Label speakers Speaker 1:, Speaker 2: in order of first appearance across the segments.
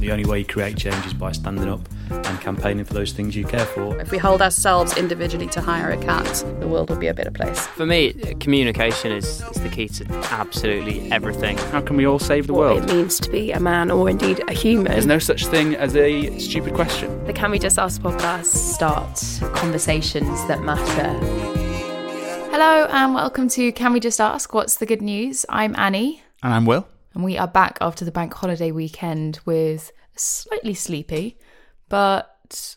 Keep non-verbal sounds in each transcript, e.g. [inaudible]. Speaker 1: The only way you create change is by standing up and campaigning for those things you care for.
Speaker 2: If we hold ourselves individually to hire a cat, the world will be a better place.
Speaker 3: For me, communication is, is the key to absolutely everything.
Speaker 4: How can we all save the
Speaker 5: what
Speaker 4: world?
Speaker 5: it means to be a man or indeed a human.
Speaker 4: There's no such thing as a stupid question.
Speaker 5: The Can We Just Ask podcast.
Speaker 6: start conversations that matter.
Speaker 7: Hello and welcome to Can We Just Ask What's the Good News? I'm Annie
Speaker 8: And I'm Will.
Speaker 7: and we are back after the bank holiday weekend with slightly sleepy but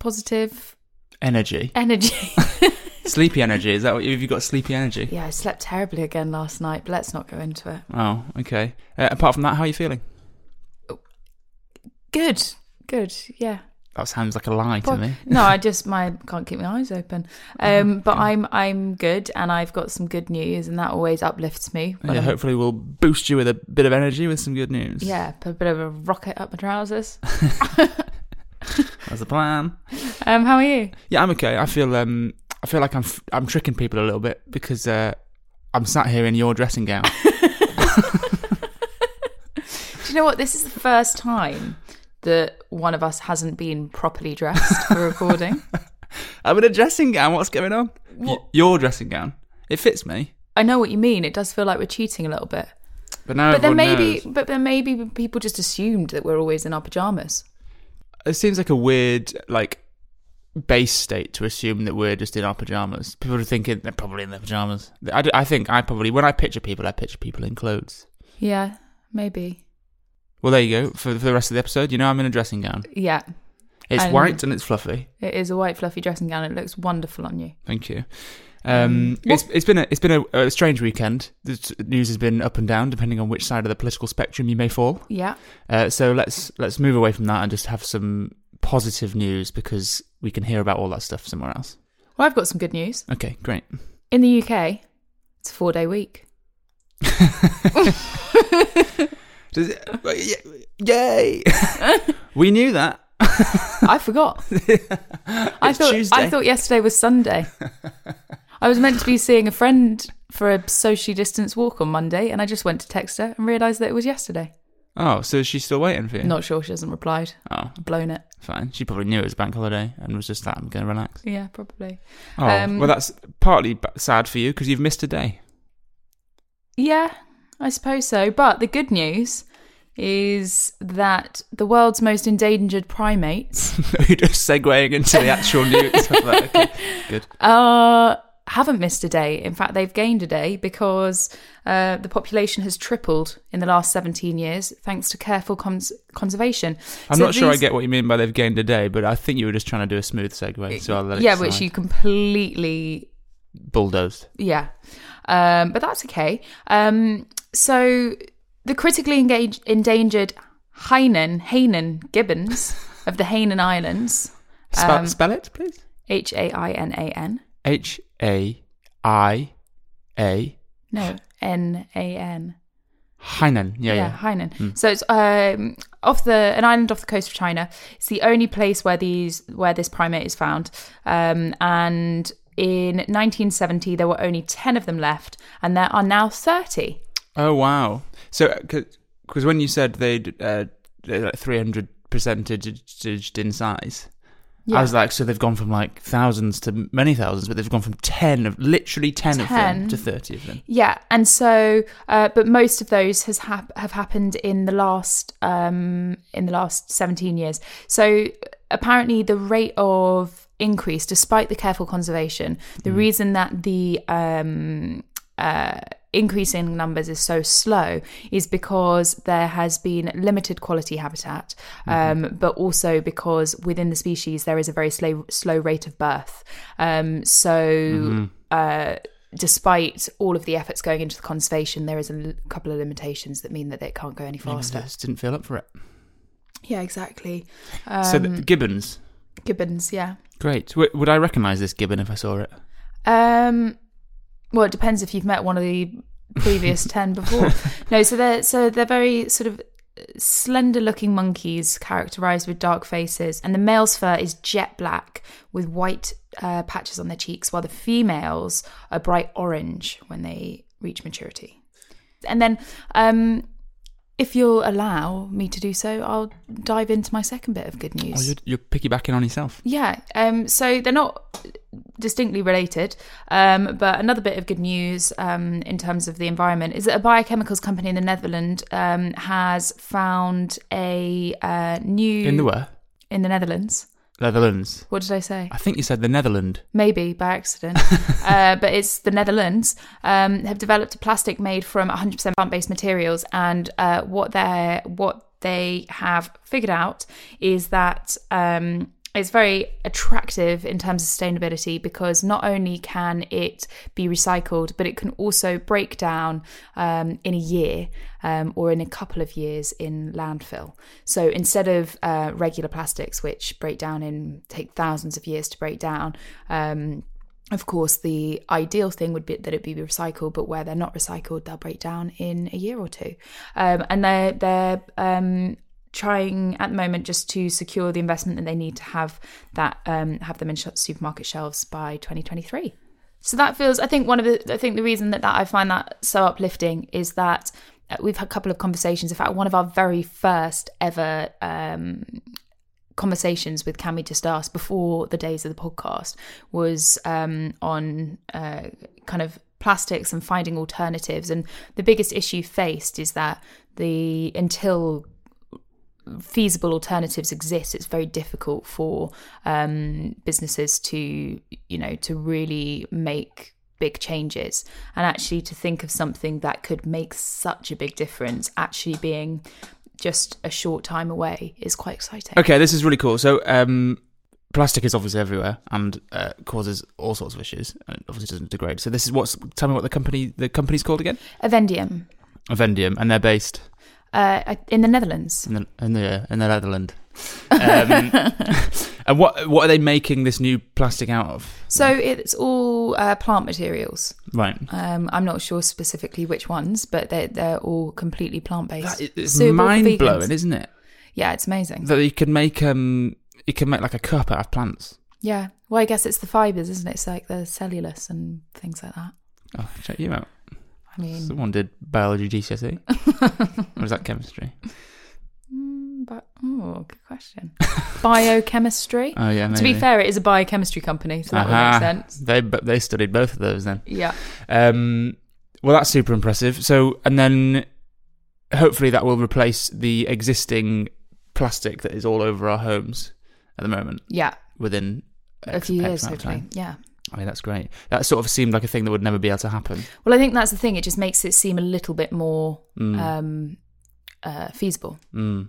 Speaker 7: positive
Speaker 8: Energy.
Speaker 7: energy. [laughs]
Speaker 8: sleepy energy. Is that what have you got? Sleepy energy.
Speaker 7: yeah, I slept terribly again last night, but let's not go into it.
Speaker 8: Oh, okay. Uh, apart from that, how are you feeling?
Speaker 7: Good, good, yeah.
Speaker 8: That sounds like a lie to me.
Speaker 7: no, I just my can't keep my eyes open. Um, but I'm I'm good and I've got some good news and that always uplifts me. when
Speaker 8: yeah,
Speaker 7: I'm-
Speaker 8: hopefully we'll boost you with a bit of energy with some good news.
Speaker 7: um, yeah, put a bit of a rocket up my trousers. [laughs]
Speaker 8: that's the plan.
Speaker 7: Um, how are you?
Speaker 8: Yeah, I'm okay. I feel um, I feel like I'm f- I'm tricking people a little bit because uh, I'm sat here in your dressing gown.
Speaker 7: [laughs] Do you know what? This is the first time that one of us hasn't been properly dressed for recording.
Speaker 8: I'm in a dressing gown. What's going on? Y- your dressing gown. It fits me.
Speaker 7: I know what you mean. It does feel like we're cheating a little bit.
Speaker 8: But now
Speaker 7: But then
Speaker 8: everyone
Speaker 7: maybe,
Speaker 8: knows.
Speaker 7: but then maybe people just assumed that we're always in our pajamas.
Speaker 8: it seems like a weird like base state to assume that we're just in our pajamas. People are thinking they're probably in their pajamas. I, d- I think I probably when I picture people, I picture people in clothes.
Speaker 7: Yeah, maybe.
Speaker 8: Well, there you go. For, for the rest of the episode, you know I'm in a dressing gown.
Speaker 7: Yeah,
Speaker 8: It's
Speaker 7: And-
Speaker 8: white and it's fluffy.
Speaker 7: it is a white fluffy dressing gown. It looks wonderful on you.
Speaker 8: Thank you. Um, it's it's been a it's been a, a strange weekend. The t- news has been up and down depending on which side of the political spectrum you may fall.
Speaker 7: Yeah,
Speaker 8: Uh, so let's let's move away from that and just have some positive news because we can hear about all that stuff somewhere else.
Speaker 7: well, I've got some good news.
Speaker 8: Okay, great. [laughs]
Speaker 7: In the UK, it's a four day week. [laughs]
Speaker 8: Does it, uh, y- yay! [laughs] we knew that.
Speaker 7: I
Speaker 8: [laughs]
Speaker 7: forgot. I
Speaker 8: It's
Speaker 7: thought
Speaker 8: Tuesday.
Speaker 7: I thought yesterday was Sunday. I was meant to be seeing a friend for a socially distanced walk on Monday, and I just went to text her and realised that it was yesterday.
Speaker 8: Oh, so she's still waiting for you?
Speaker 7: Not sure she hasn't replied.
Speaker 8: Oh,
Speaker 7: I've blown it.
Speaker 8: fine. She probably knew it was bank holiday and was just that I'm going to relax.
Speaker 7: Yeah, probably.
Speaker 8: Oh,
Speaker 7: Um,
Speaker 8: well, that's partly b- sad for you because you've missed a day. [laughs]
Speaker 7: Yeah, I suppose so. But the good news is that the world's most endangered primates
Speaker 8: You're just segueing into the
Speaker 7: [laughs]
Speaker 8: actual news. I'm like, okay, good.
Speaker 7: uh, haven't missed a day. In fact, they've gained a day because uh, the population has tripled in the last 17 years thanks to careful cons- conservation.
Speaker 8: I'm
Speaker 7: So
Speaker 8: not sure I
Speaker 7: these-
Speaker 8: get what you mean by they've gained a day, but I think you were just trying to do a smooth segue. So I'll let it
Speaker 7: Yeah, which
Speaker 8: slide.
Speaker 7: you completely
Speaker 8: bulldozed.
Speaker 7: Yeah. Um, but that's okay. Um, so the critically engaged, endangered Hainan, Hainan gibbons of the Hainan Islands,
Speaker 8: Spell,
Speaker 7: Um,
Speaker 8: spell it, please.
Speaker 7: H A I N A N,
Speaker 8: H A I A
Speaker 7: no, N A N.
Speaker 8: Hainan. Yeah,
Speaker 7: yeah,
Speaker 8: yeah.
Speaker 7: Hainan. So it's um, off the an island off the coast of China. It's the only place where these where this primate is found. Um, and in 1970, there were only 10 of them left, and there are now 30.
Speaker 8: Oh wow! So, because when you said they'd uh, they're like three hundred percentage in size, I was like, so they've gone from like thousands to many thousands, but they've gone from ten of literally ten, of them
Speaker 7: Ten.
Speaker 8: to thirty of them.
Speaker 7: Yeah, and so, uh, but most of those has hap- have happened in the last um, in the last seventeen years. So apparently, the rate of increase, despite the careful conservation, the reason that the um, uh, increase in numbers is so slow is because there has been limited quality habitat,
Speaker 8: Mm-hmm.
Speaker 7: um, but also because within the species there is a very slow slow rate of birth. Um, so.
Speaker 8: Mm-hmm.
Speaker 7: Uh, despite all of the efforts going into the conservation, there is a l- couple of limitations that mean that it can't go any faster.
Speaker 8: Just didn't feel up for it. Um,
Speaker 7: Yeah, exactly. Um,
Speaker 8: so the, the gibbons,
Speaker 7: Gibbons, yeah.
Speaker 8: great. W- would I recognise this gibbon if I saw it?
Speaker 7: Um, well, it depends if you've met one of the
Speaker 8: [laughs]
Speaker 7: previous ten before. No, so they're so they're very sort of slender-looking monkeys, characterized with dark faces, and the male's fur is jet black with white uh, patches on their cheeks, while the females are bright orange when they reach maturity. And then um, if you'll allow me to do so, I'll dive into my second bit of good news.
Speaker 8: Oh, you're, you're piggybacking on yourself.
Speaker 7: Yeah. Um, so they're not distinctly related, um, but another bit of good news um, in terms of the environment is that a biochemicals company in the Netherlands um, has found a uh, new
Speaker 8: In the where?
Speaker 7: in the Netherlands.
Speaker 8: Netherlands.
Speaker 7: What did I say?
Speaker 8: I think you said the Netherlands.
Speaker 7: Maybe by accident, uh, but it's the Netherlands um, have developed a plastic made from 100% plant-based materials, and uh, what they what they have figured out is that um, it's very attractive in terms of sustainability because not only can it be recycled, but it can also break down um, in a year um, or in a couple of years in landfill. So instead of uh, regular plastics, which break down in take thousands of years to break down. Um, of course, the ideal thing would be that it be recycled, but where they're not recycled, they'll break down in a year or two. Um, and they're they're um, trying at the moment just to secure the investment that they need to have that um, have them in sh- supermarket shelves by 2023. So that feels. I think one of the. I think the reason that, that I find that so uplifting is that uh, we've had a couple of conversations. In fact, one of our very first ever um, conversations with Cami Just Ask before the days of the podcast was um, on uh, kind of plastics and finding alternatives. And the biggest issue faced is that the until feasible alternatives exist, it's very difficult for um, businesses to you know to really make big changes and actually to think of something that could make such a big difference actually being just a short time away is quite exciting.
Speaker 8: Okay, this is really cool. So, um, plastic is obviously everywhere and uh, causes all sorts of issues, and it obviously doesn't degrade. So, this is what's. Tell me what the company the company's called again.
Speaker 7: Avendium
Speaker 8: Avendium, and they're based
Speaker 7: uh, in the Netherlands.
Speaker 8: in the in the, uh, in the Netherlands. Um, [laughs] and what what are they making this new plastic out of?
Speaker 7: [laughs] So it's all uh, plant materials.
Speaker 8: Right.
Speaker 7: Um, I'm not sure specifically which ones, but they're, they're all completely plant based.
Speaker 8: That is, it's mind blowing, isn't it?
Speaker 7: Yeah, it's amazing.
Speaker 8: That you can make um, you can make like a cup out of plants.
Speaker 7: yeah. Well, I guess it's the fibers, isn't it? It's like the cellulose and things like that.
Speaker 8: Oh, check you out.
Speaker 7: I mean,
Speaker 8: Someone did
Speaker 7: [laughs]
Speaker 8: biology GCSE. E. or is that chemistry?
Speaker 7: mm, but oh, good question. [laughs] Biochemistry.
Speaker 8: Oh yeah.
Speaker 7: to be
Speaker 8: maybe.
Speaker 7: fair, it is a biochemistry company, so that
Speaker 8: Aha.
Speaker 7: would make sense.
Speaker 8: They but they studied both of those then.
Speaker 7: Yeah.
Speaker 8: Um, well, that's super impressive. So, and then hopefully that will replace the existing plastic that is all over our homes at the moment
Speaker 7: Yeah.
Speaker 8: within
Speaker 7: A
Speaker 8: X-
Speaker 7: few
Speaker 8: X
Speaker 7: years,
Speaker 8: amount of
Speaker 7: hopefully.
Speaker 8: time.
Speaker 7: Yeah.
Speaker 8: I mean, that's great. That sort of seemed like a thing that would never be able to happen.
Speaker 7: Well, I think that's the thing. It just makes it seem a little bit more
Speaker 8: Hmm.
Speaker 7: um, uh, feasible.
Speaker 8: Mm.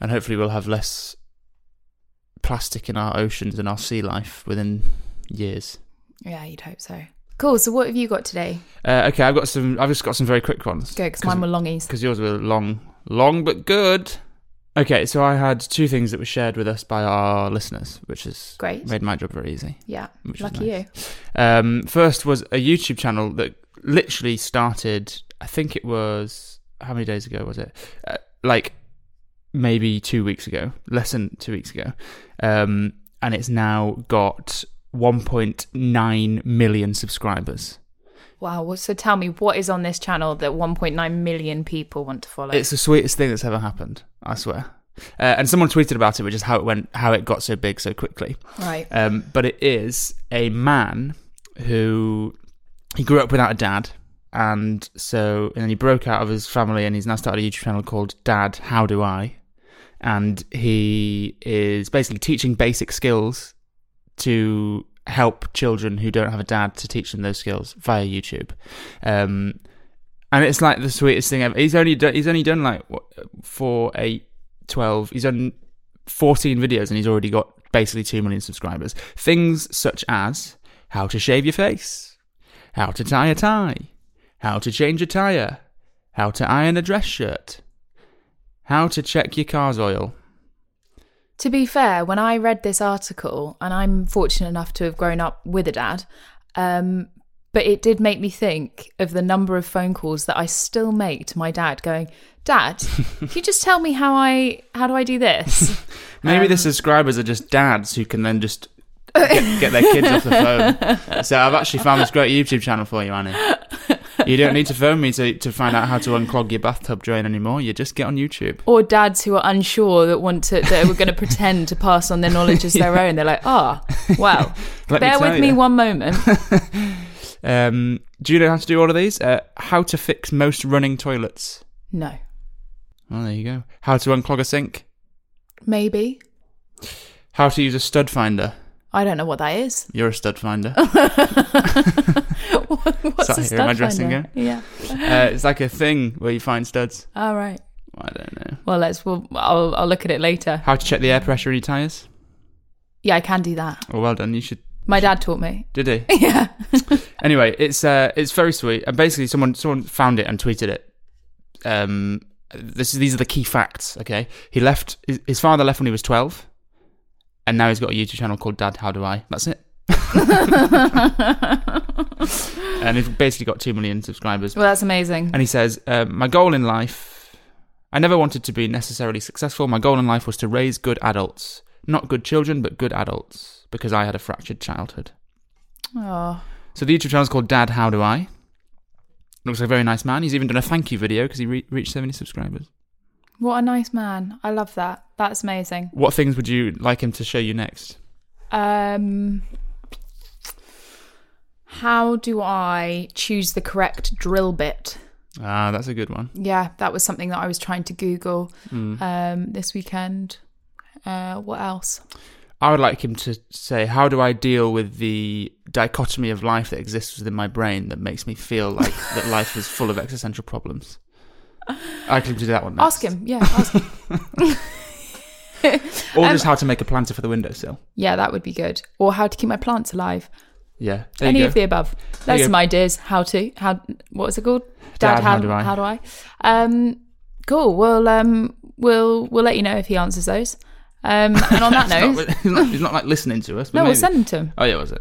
Speaker 8: And hopefully we'll have less plastic in our oceans and our sea life within years.
Speaker 7: Yeah, you'd hope so. Cool. So, what have you got today?
Speaker 8: Uh, okay, I've got some. I've just got some very quick ones.
Speaker 7: Go, because mine were longies.
Speaker 8: because yours were long, long but good. Okay, so I had two things that were shared with us by our listeners, which has
Speaker 7: Great.
Speaker 8: made my job very easy.
Speaker 7: Yeah.
Speaker 8: Which was
Speaker 7: Lucky
Speaker 8: nice. Um, first was a YouTube channel that literally started. I think it was how many days ago was it? Uh, like maybe two weeks ago, less than two weeks ago, um, and it's now got 1.9 million subscribers.
Speaker 7: you. Wow. Well, so, tell me, what is on this channel that 1.9 million people want to follow?
Speaker 8: It's the sweetest thing that's ever happened. I swear. Uh, and someone tweeted about it, which is how it went, how it got so big so quickly.
Speaker 7: right.
Speaker 8: Um, but it is a man who he grew up without a dad, and so and then he broke out of his family, and he's now started a YouTube channel called Dad How Do I, and he is basically teaching basic skills to help children who don't have a dad to teach them those skills via YouTube. Um, and it's like the sweetest thing ever. He's only done, he's only done like what, four, eight, twelve. He's done fourteen videos, and he's already got basically two million subscribers. Things such as how to shave your face, how to tie a tie, how to change a tire, how to iron a dress shirt, how to check your car's oil.
Speaker 7: To be fair, when I read this article, and I'm fortunate enough to have grown up with a dad, um, but it did make me think of the number of phone calls that I still make to my dad, going,
Speaker 8: [laughs]
Speaker 7: "Dad, can you just tell me how I how do I do this?"
Speaker 8: Maybe
Speaker 7: Um,
Speaker 8: the subscribers are just dads who can then
Speaker 7: [laughs]
Speaker 8: just get, get their kids off the phone. So I've actually found this great YouTube channel for you, Annie. you don't need to phone me to, to find out how to unclog your bathtub drain anymore. You just get on YouTube.
Speaker 7: Or dads who are unsure that want to that were going to pretend to pass on their knowledge
Speaker 8: [laughs]
Speaker 7: as their own. They're like, ah, well,
Speaker 8: Let
Speaker 7: bear
Speaker 8: tell
Speaker 7: with me
Speaker 8: you.
Speaker 7: one
Speaker 8: [laughs]
Speaker 7: moment.
Speaker 8: Um, do you know how to do all of these? Uh, how to fix most running toilets.
Speaker 7: No,
Speaker 8: Well, there you go. How to unclog a sink.
Speaker 7: maybe
Speaker 8: How to use a stud finder.
Speaker 7: I don't know what that
Speaker 8: [laughs]
Speaker 7: is. [laughs]
Speaker 8: You're a stud finder.
Speaker 7: What's
Speaker 8: Sat
Speaker 7: a
Speaker 8: here in my
Speaker 7: stud
Speaker 8: dressing
Speaker 7: finder? Yeah.
Speaker 8: uh, it's like a thing where you find studs.
Speaker 7: All right.
Speaker 8: I don't know.
Speaker 7: Well, let's. Well, I'll, I'll look at it later.
Speaker 8: How to check the air pressure in your tyres.
Speaker 7: Yeah, I can do that.
Speaker 8: Oh, well done. You should.
Speaker 7: My dad taught me. [laughs]
Speaker 8: Did he? [laughs]
Speaker 7: Yeah.
Speaker 8: anyway, it's uh, it's very sweet. And basically, someone someone found it and tweeted it. Um, this is these are the key facts. Okay, he left his, his father left when he was twelve, and now he's got a YouTube channel called Dad How Do I. That's it. and he's basically got two million subscribers.
Speaker 7: Well, that's amazing.
Speaker 8: And he says, uh, "My goal in life, I never wanted to be necessarily successful. My goal in life was to raise good adults, not good children, but good adults, because I had a fractured childhood."
Speaker 7: Oh,
Speaker 8: So the YouTube channel's called Dad How Do I. Looks like a very nice man. He's even done a thank you video because he re- reached 70 subscribers.
Speaker 7: what a nice man. I love that. That's amazing.
Speaker 8: What things would you like him to show you next?
Speaker 7: Um, how do I choose the correct drill bit?
Speaker 8: Ah, that's a good one.
Speaker 7: Yeah, that was something that I was trying to Google
Speaker 8: Hmm.
Speaker 7: um, this weekend. Uh, what else?
Speaker 8: I would like him to say, How do I deal with the dichotomy of life that exists within my brain that makes me
Speaker 7: [laughs]
Speaker 8: feel like that life is full of existential problems? I'd like him to do that one next.
Speaker 7: Ask him. Yeah, ask
Speaker 8: [laughs]
Speaker 7: him.
Speaker 8: Or just how to make a planter for the windowsill.
Speaker 7: yeah, that would be good. Or how to keep my plants alive.
Speaker 8: Yeah. There
Speaker 7: Any
Speaker 8: you go.
Speaker 7: of the above.
Speaker 8: There you
Speaker 7: That's
Speaker 8: go.
Speaker 7: some ideas. How to? How? What was it called?
Speaker 8: Dad, how do I?
Speaker 7: How do I? Um, cool. Well, um, we'll we'll let you know if he answers those. Um, and on that
Speaker 8: Not
Speaker 7: note,
Speaker 8: with- [laughs] he's, not, he's not like listening to us. but
Speaker 7: no, we'll
Speaker 8: maybe-
Speaker 7: send them to him.
Speaker 8: Oh, yeah, was it?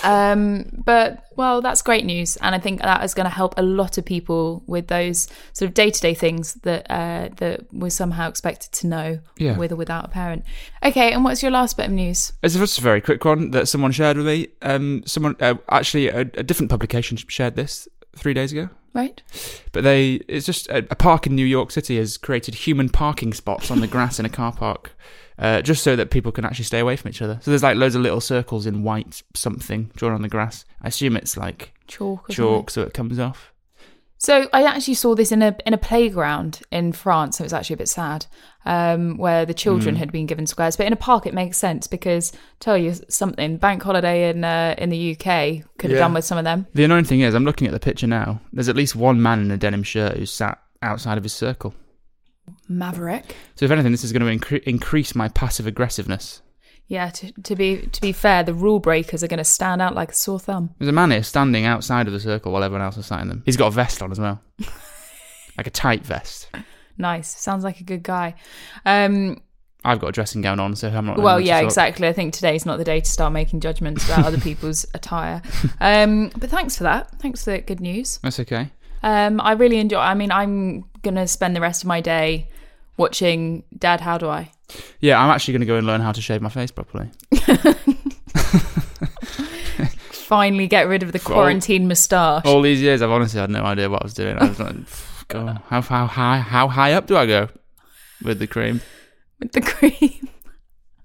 Speaker 8: Yeah.
Speaker 7: Um, but well, that's great news, and I think that is going to help a lot of people with those sort of day-to-day things that uh, that we're somehow expected to know,
Speaker 8: Yeah.
Speaker 7: with or without a parent. Okay, and what's your last bit of news?
Speaker 8: It's just a very quick one that someone shared with me. Um, someone uh, actually a, a different publication shared this three days ago.
Speaker 7: Right?
Speaker 8: But they, it's just a, a park in New York City has created human parking spots
Speaker 7: [laughs]
Speaker 8: on the grass in a car park, uh, just so that people can actually stay away from each other. So there's like loads of little circles in white something drawn on the grass. I assume it's like
Speaker 7: Chalk. or something.
Speaker 8: chalk, so it comes off.
Speaker 7: So I actually saw this in a in a playground in France. It was actually a bit sad, um, where the
Speaker 8: Mm.
Speaker 7: children had been given squares. But in a park, it makes sense because tell you something, bank holiday in uh, in the UK could have
Speaker 8: Yeah.
Speaker 7: done with some of them.
Speaker 8: The annoying thing is, I'm looking at the picture now. There's at least one man in a denim shirt who's sat outside of his circle.
Speaker 7: Maverick.
Speaker 8: So if anything, this is going to incre- increase my passive aggressiveness.
Speaker 7: Yeah, to, to be to be fair, the rule breakers are going to stand out like a sore thumb.
Speaker 8: There's a man here standing outside of the circle while everyone else is sat in them. He's got a vest on
Speaker 7: [laughs]
Speaker 8: as well. like a tight vest.
Speaker 7: Nice, sounds like a good guy. Um,
Speaker 8: I've got a dressing gown on, so I'm not.
Speaker 7: well,
Speaker 8: allowed to
Speaker 7: yeah,
Speaker 8: talk.
Speaker 7: exactly. I think today's not the day to start making judgments about other people's attire. Um, but thanks for that. Thanks for the good news.
Speaker 8: That's okay.
Speaker 7: Um, I really enjoy. I mean, I'm gonna spend the rest of my day watching Dad. How do I?
Speaker 8: Yeah, I'm actually going to go and learn how to shave my face properly.
Speaker 7: Finally, get rid of the
Speaker 8: all-
Speaker 7: quarantine moustache.
Speaker 8: All these years, I've honestly had no idea what I was doing. I was [laughs] like, "Pff, God, how, how high how high up do I go with the cream?
Speaker 7: with the cream. [laughs]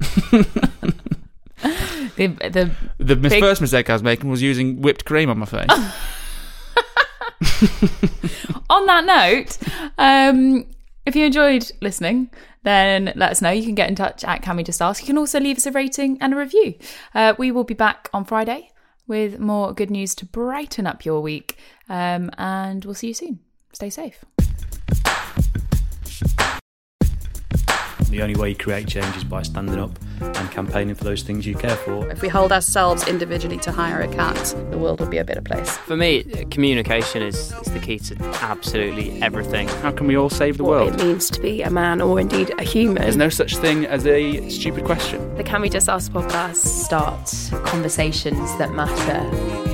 Speaker 7: the the
Speaker 8: The m-
Speaker 7: Big-
Speaker 8: first mistake I was making was using whipped cream on my face.
Speaker 7: [laughs] on that note, um, if you enjoyed listening, then let us know. You can get in touch at Can We Just Ask. You can also leave us a rating and a review. Uh, we will be back on Friday with more good news to brighten up your week. Um, and we'll see you soon. Stay safe.
Speaker 1: The only way you create change is by standing up and campaigning for those things you care for.
Speaker 2: If we hold ourselves individually to hire accounts, the world will be a better place.
Speaker 3: For me, communication is, is the key to absolutely everything.
Speaker 4: How can we all save the
Speaker 5: What it
Speaker 4: world?
Speaker 5: means to be a man or indeed a
Speaker 4: There's
Speaker 5: human.
Speaker 4: no such thing as a stupid question.
Speaker 5: the Can We Just Ask podcast.
Speaker 6: Start conversations that matter.